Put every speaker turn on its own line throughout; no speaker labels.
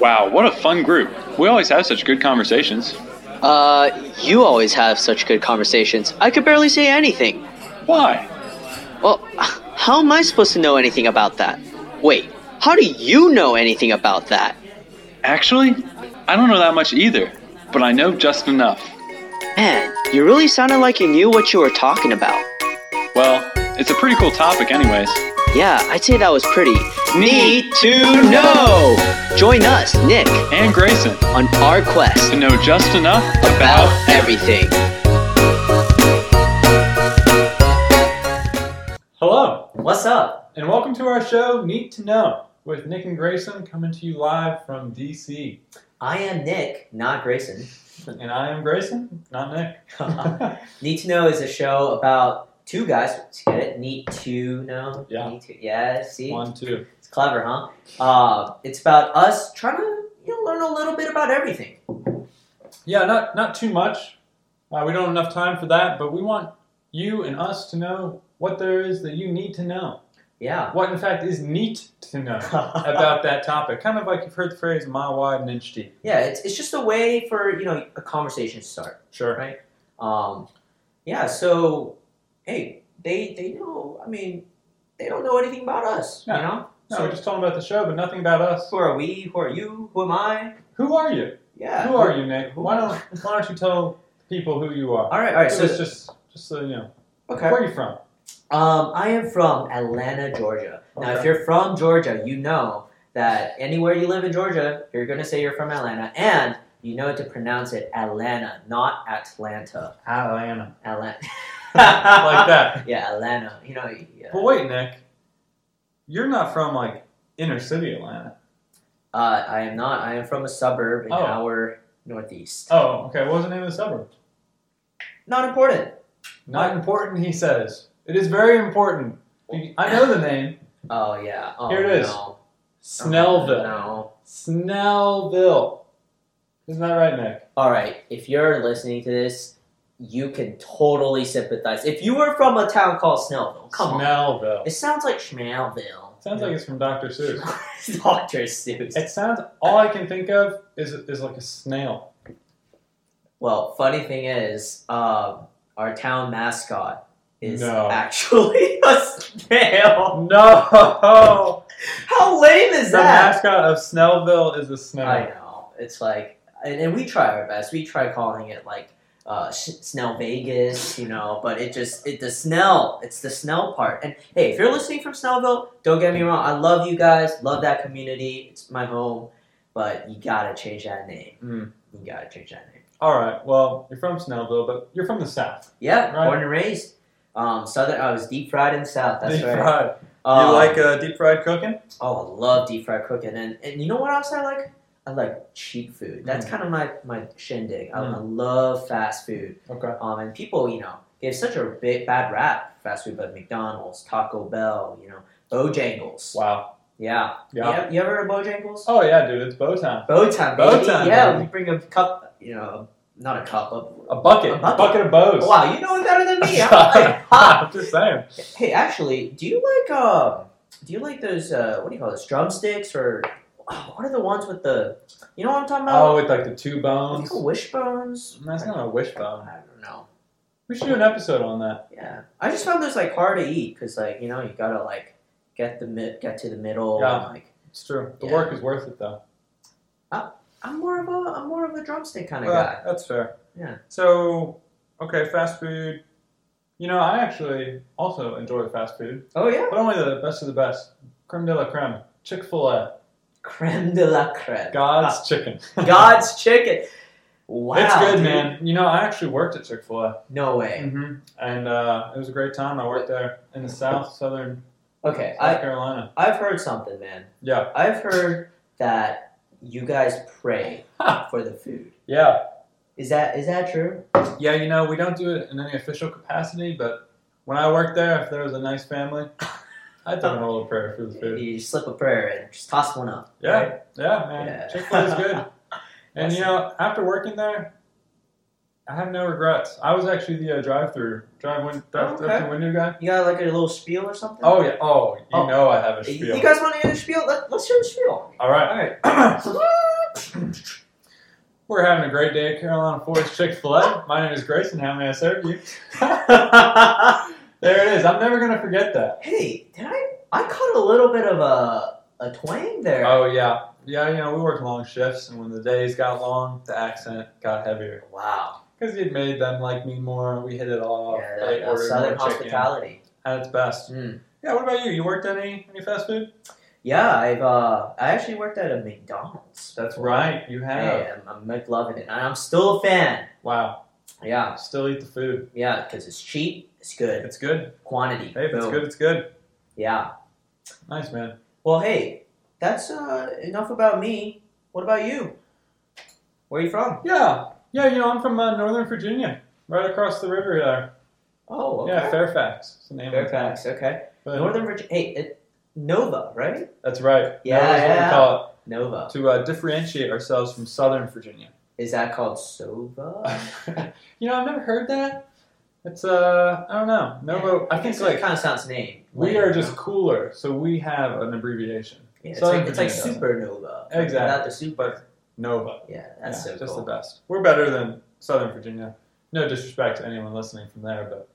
Wow, what a fun group. We always have such good conversations.
Uh, you always have such good conversations. I could barely say anything.
Why?
Well, how am I supposed to know anything about that? Wait, how do you know anything about that?
Actually, I don't know that much either, but I know just enough.
Man, you really sounded like you knew what you were talking about.
Well, it's a pretty cool topic, anyways.
Yeah, I'd say that was pretty neat to know. Join us, Nick,
And Grayson,
on our quest
to know just enough
about everything.
Hello,
What's up?
and welcome to our show, Need to Know, with Nick and Grayson coming to you live from DC.
I am Nick, not Grayson.
And I am Grayson, not Nick.
Need to Know is a show about two guys. Let's get it? Need to know?
Yeah.
Need to, yeah, see?
One, two.
It's clever, huh? Uh, it's about us trying to you know, learn a little bit about everything.
Yeah, not not too much. Uh, we don't have enough time for that, but we want you and us to know what there is that you need to know.
Yeah.
What, in fact, is neat to know about that topic. Kind of like you've heard the phrase mile wide and inch deep.
yeah, it's, it's just a way for, you know, a conversation to start.
Sure.
Um, yeah, so, hey, they, they know, I mean, they don't know anything about us,
Yeah.
you know?
No,
so
we're just talking about the show, but nothing about us.
who are we? Who are you? Who am I?
Who are you?
Yeah.
Who are you, Nick? Why don't Why don't you tell people who you are?
All right, all right.
Give
So,
us just just so you know.
okay.
Where are you from?
Um, I am from Atlanta, Georgia. Now, if
Okay.
you're from Georgia, you know that anywhere you live in Georgia, you're going to say you're from Atlanta, and you know to pronounce it Atlanta, not Atlanta.
Atlanta.
Atlanta.
Like that.
Yeah, Atlanta. You know, yeah.
But wait, Nick. You're not from like inner city Atlanta.
Uh, I am not. I am from a suburb in
Oh.
our northeast.
Oh, okay. What was the name of the suburb?
Not important.
Not important, he says. It is very important. I know the name.
Oh, yeah. Oh,
Here it is.
No. Oh,
Snellville.
No.
Snellville. Isn't that right, Nick?
All right. If you're listening to this, you can totally sympathize. If you were from a town called Snellville, come on.
Snellville.
It sounds like Schmalville.
Sounds like it's from Dr. Seuss.
it's Dr. Seuss.
It sounds. All I can think of is is like a snail.
Well, funny thing is, um, our town mascot is
No.
actually a snail.
No.
How lame Oh, is
The
that?
mascot of Snellville is a
I
snail.
know. It's like, and, and we try our best. We try calling it like uh, Sh- Snell Vegas, you know, but it just, it the Snell, it's the Snell part. And hey, if you're listening from Snellville, don't get me wrong. I love you guys, love that community. It's my home, but you gotta change that name.
Mm.
You gotta change that name.
All right. Well, you're from Snellville, but you're from the South.
Yeah,
Right.
born and raised. Um, southern. I was deep fried in the South. That's
deep
right.
fried.
Um,
you like uh, deep fried cooking?
Oh, I love deep fried cooking, and and you know what else I like? I like cheap food. That's
Mm.
kind of my my shindig. I, I love fast food.
Okay.
Um, and people, you know, give such a big, bad rap fast food, but McDonald's, Taco Bell, you know, Bojangles.
Wow.
Yeah.
Yeah.
You, you ever heard of Bojangles?
Oh yeah, dude. It's bow time.
Bowtime,
Bow
baby.
time,
yeah,
baby.
we bring a cup. You know, not a cup. A,
A bucket.
A
A
bucket.
bucket, of bows.
wow, you know it better than me. I'm like, ha.
I'm just saying.
Hey, actually, do you like um? Do you like those uh? What do you call those drumsticks or oh, what are the ones with the? You know what I'm talking
Oh,
about?
with like the two
What do
bones.
you call wishbones.
That's not a wishbone.
I don't know.
We should do an episode on that.
Yeah, I just found those like hard to eat because like you know you gotta like get the mid get to the middle.
Yeah.
And, like
It's true. The
Yeah.
work is worth it though.
I'm more of a I'm more of a drumstick kind of
Well,
guy.
That's fair.
Yeah.
So, okay, fast food. You know, I actually also enjoy fast food,
Oh yeah,
but only the best of the best. Creme de la creme. Chick fil A.
creme de la creme.
God's chicken.
God's chicken. Ah. Wow,
it's good,
dude.
man. You know, I actually worked at Chick fil A.
No way.
Mm-hmm. And uh, it was a great time. I worked there in the South, Southern
Okay, I
South Carolina.
I've heard something, man.
Yeah.
I've heard that you guys pray
Ha.
for the food.
Yeah.
Is that is that true?
Yeah, you know, we don't do it in any official capacity, but when I worked there, if there was a nice family, I'd throw in a little prayer for the food.
You just slip a prayer and just toss one up.
Yeah,
right?
yeah, man.
Yeah.
Chick fil A's good. And, you know, after working there, I have no regrets. I was actually the uh, drive through drive win- drive
Okay.
drive-through window guy.
You got like a little spiel or something?
Oh, yeah. Oh, you
Oh.
know I have a
You-
spiel.
You guys want to hear the spiel? Let, let's hear the spiel.
All right.
All right.
We're having a great day at Carolina Forest Chick fil A. My name is Grayson. How may I serve you? there it is. I'm never going to forget that.
hey, did I? I caught a little bit of a a twang there.
Oh, yeah. Yeah, you know, we worked long shifts, and when the days got long, the accent got heavier.
Wow.
Because it made them like me more. We hit it all off.
Yeah,
Oh, They
that- that
ordered
Southern
more chicken Hmm.
hospitality.
At its best.
Mm.
Yeah, what about you? You worked any, any fast food?
Yeah, I've uh, I actually worked at a McDonald's.
That's right. You have.
Hey, I'm, I'm McLovin it, and I'm still a fan.
Wow.
Yeah,
Still eat the food.
yeah, because it's cheap, it's good,
It's good.
quantity.
Hey, if it's
boom.
good, it's good.
Yeah.
Nice, man.
Well, hey, that's uh, enough about me. What about you? Where are you from?
Yeah. Yeah, you know, I'm from uh, Northern Virginia. Right across the river there.
Oh, okay.
Yeah, Fairfax. It's the name of the town.
Fairfax. Okay.
But-
Northern Virginia. Hey, it, Nova, right?
That's right.
Yeah,
That was what
yeah.
we call
Nova.
it, to uh, differentiate ourselves from Southern Virginia.
Is that called Sova?
you know, I've never heard that. It's uh, I don't know. Nova. I think like
kind of sounds name.
we
lame,
are
you
just
know?
cooler, so we have an abbreviation.
Yeah, it's
Southern
like, it's like
Virginia
supernova. but
Exactly.
Without the super.
But Nova.
yeah, that's
Yeah,
so
just
cool.
the best. We're better than Southern Virginia. No disrespect to anyone listening from there, but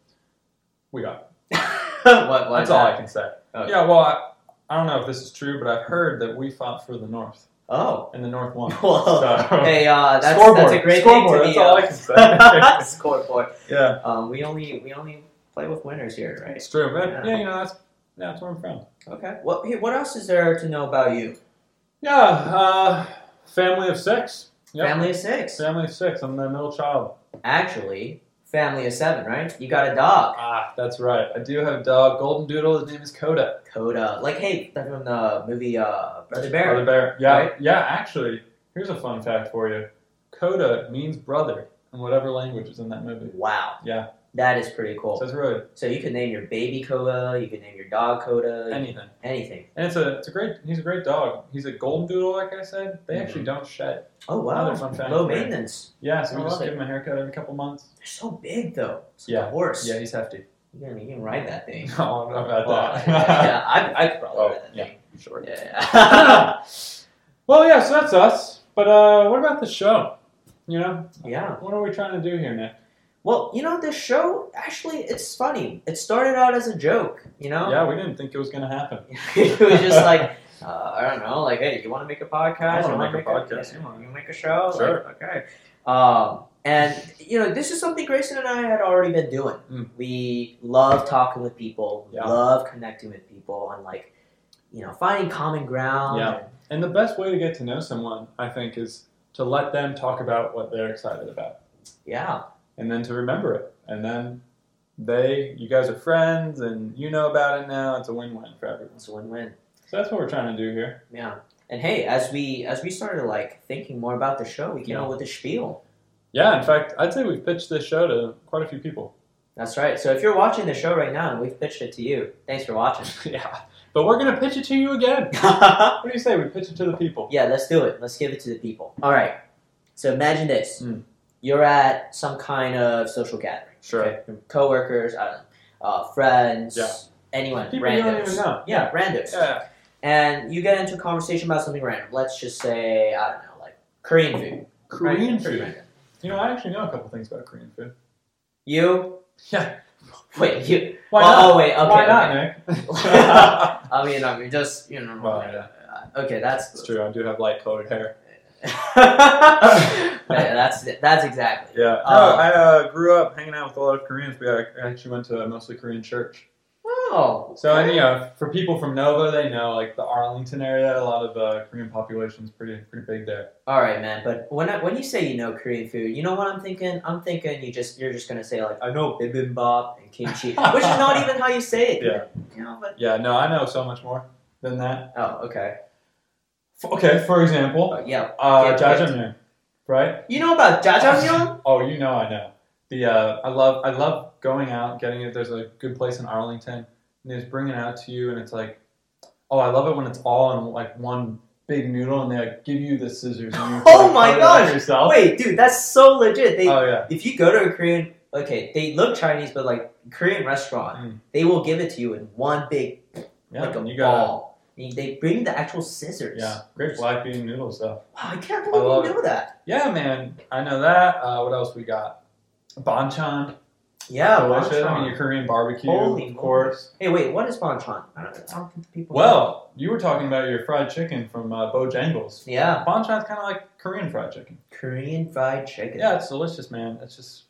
we are.
what? Why
That's
is
all I
that? Oh.
can say.
Okay.
Yeah. Well, I, I don't know if this is true, but I've heard that we fought for the North,
Oh.
and the North won.
Well,
So-
hey, uh, that's,
scoreboard.
that's a great
scoreboard.
thing to
That's all I
be.
can
uh,
say.
scoreboard.
yeah.
Um, we only we only play with winners here, right?
It's true, but
Yeah.
yeah, you know that's yeah, that's where I'm from.
Okay. What? Hey, what else is there to know about you?
Yeah, uh, family of six. Yep.
Family of six.
Family of six. I'm the middle child.
Actually, family of seven, right? You got a dog,
Ah, that's right. I do have a dog, golden doodle. His name is Coda.
Coda. Like, hey, that's from the movie uh, Brother Bear.
Brother bear. Yeah,
Right?
yeah. Actually, here's a fun fact for you. Coda means brother in whatever language is in that movie.
Wow.
Yeah.
That is pretty
So
cool.
it's really
So you could name your baby Coda, you could name your dog Coda,
anything,
anything.
and it's a it's a great he's a great dog. He's a golden doodle, like I said. They actually don't shed.
Oh wow,
Another fun fact
low
for you.
maintenance.
Yeah, so
I
we just
love
give
it.
him a haircut every couple months.
They're so big though. It's like
Yeah.
a horse.
Yeah, he's hefty.
You can, you can ride that thing.
No, I don't know about
Well,
that.
yeah, I, I could probably
Oh,
ride that
yeah.
thing.
I'm sure.
Yeah.
well, yeah, so that's us. But uh, what about the show? You know,
yeah.
what are we trying to do here, Nick?
Well, you know, this show actually it's funny. It started out as a joke, you know?
Yeah, we didn't think it was going to happen.
it was just like uh, I don't know, like hey, you want to make a podcast?
I wanna
You wanna
make a podcast,
You
you wanna-
want to make a show? Like,
Sure.
okay. Um, and you know, this is something Grayson and I had already been doing.
Mm.
We love talking with people. We
Yeah.
Love connecting with people and like you know finding common ground.
Yeah. And the best way to get to know someone, I think, is to let them talk about what they're excited about,
yeah.
and then to remember it, and then they, you guys are friends, and you know about it now. It's a win-win for everyone.
It's a win-win.
So that's what we're trying to do here.
Yeah. And hey, as we as we started like thinking more about the show, we came
Yeah.
up with a spiel.
Yeah, in fact, I'd say we've pitched this show to quite a few people.
That's right. So if you're watching the show right now and we've pitched it to you, thanks for watching.
yeah, but we're gonna pitch it to you again. What do you say? We pitch it to the people.
Yeah, let's do it. Let's give it to the people. All right. So imagine this:
Mm.
you're at some kind of social gathering.
Sure.
okay? Your coworkers, I don't know, uh, friends,
Yeah.
anyone,
People you
randos.
don't even know.
Yeah, randos.
Yeah.
And you get into a conversation about something random. Let's just say I don't know, like Korean food. right?
Korean
Pretty
food.
random.
You know, I actually know a couple things about Korean food.
You
Yeah.
wait, you.
Why
oh,
not?
oh, wait. Okay.
Why
okay.
not, Nick?
I mean, I mean, just you know.
Well, yeah.
Okay, that's
it's true. I do have light colored hair.
yeah, that's that's exactly. it.
Yeah.
Uh,
no, I uh, grew up hanging out with a lot of Koreans. We ac- actually went to a mostly Korean church.
Oh.
So, and
okay.
you know, for people from Nova, they know like the Arlington area. A lot of uh, Korean population's pretty pretty big there.
All right, man. But when I, when you say you know Korean food, you know what I'm thinking? I'm thinking you just you're just gonna say like I know bibimbap and kimchi, which is not even how you say it.
Yeah.
You know, but
Yeah. No, I know so much more than that.
oh, okay.
F- okay. For example,
Oh, yeah.
uh,
Get picked.
jajangmyeon, right?
You know about jajangmyeon?
Oh, you know I know. The uh, I love I love going out, getting it. There's a good place in Arlington, and they just bring it out to you, and it's like, oh, I love it when it's all in like one big noodle, and they like give you the scissors. And you have to,
Oh
like,
my
cut it out
gosh!
Yourself.
Wait, dude, that's so legit. They
Oh yeah,
if you go to a Korean, okay, they look Chinese, but like Korean restaurant,
Mm.
they will give it to you in one big
yeah.
like a
and you got
ball. They- They bring the actual scissors.
Yeah, great black bean noodles though.
Wow, I can't
I love
believe you
it.
know that.
Yeah, man, I know that. Uh, what else we got? Banchan,
Yeah,
delicious. I mean,
banchan.
your Korean barbecue,
Holy
of course.
Hey, wait, what is banchan? I don't, I don't think people. know.
Well, you were talking about your fried chicken from uh, Bojangles.
yeah,
Banchan's kind of like Korean fried chicken.
Korean fried chicken.
Yeah, it's delicious, man. It's just,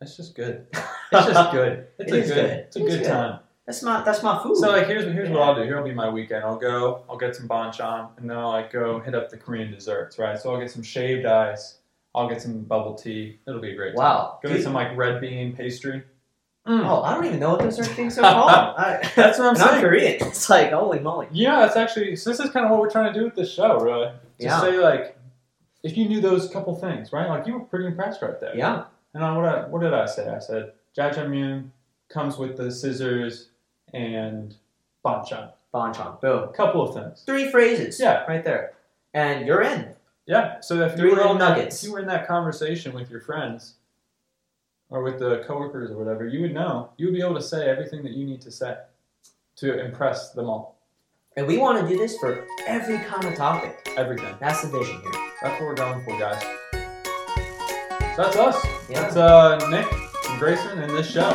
it's just good. It's just good. It's
It
a
is
good,
good.
It's a
It is
good,
good.
time.
that's my that's my food.
So like, here's here's what
Yeah.
I'll do. Here'll be my weekend. I'll go. I'll get some banchan, and then I'll like go hit up the Korean desserts, right? So I'll get some shaved ice. I'll get some bubble tea. It'll be a great. Time.
wow,
Go
dude.
get some like red bean pastry.
Oh, I don't even know what those are things are called. I,
That's what I'm
and I'm
saying.
Korean. It's like holy moly.
Yeah, that's actually. So this is kind of what we're trying to do with this show, really. Just
Yeah.
say like, if you knew those couple things, right? Like you were pretty impressed right there.
Yeah,
And I, what, I, what did I say? I said jajangmyeon comes with the scissors and banchan.
banchan. Boom.
A couple of things.
Three phrases.
Yeah.
right there, and you're in.
Yeah. So if
Three
you were
little
in that,
nuggets.
if you were in that conversation with your friends or with the coworkers or whatever, you would know. You would be able to say everything that you need to say to impress them all.
And we want to do this for every kind of topic.
Everything.
That's the vision here.
That's what we're going for, guys. So that's us.
Yeah.
That's uh, Nick and Grayson and this show.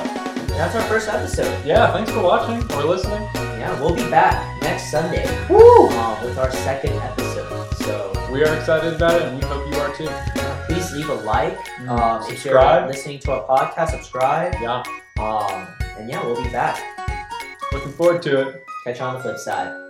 That's our first episode.
Yeah. Thanks for watching or listening.
Yeah, we'll be back next Sunday. Woo! Uh, with our second episode. So
We are excited about it, and we hope you are too.
uh, please leave a like. Um, if you're
Subscribe.
listening to our podcast, subscribe.
Yeah.
Um, and yeah, we'll be back.
Looking forward to it.
Catch you on the flip side.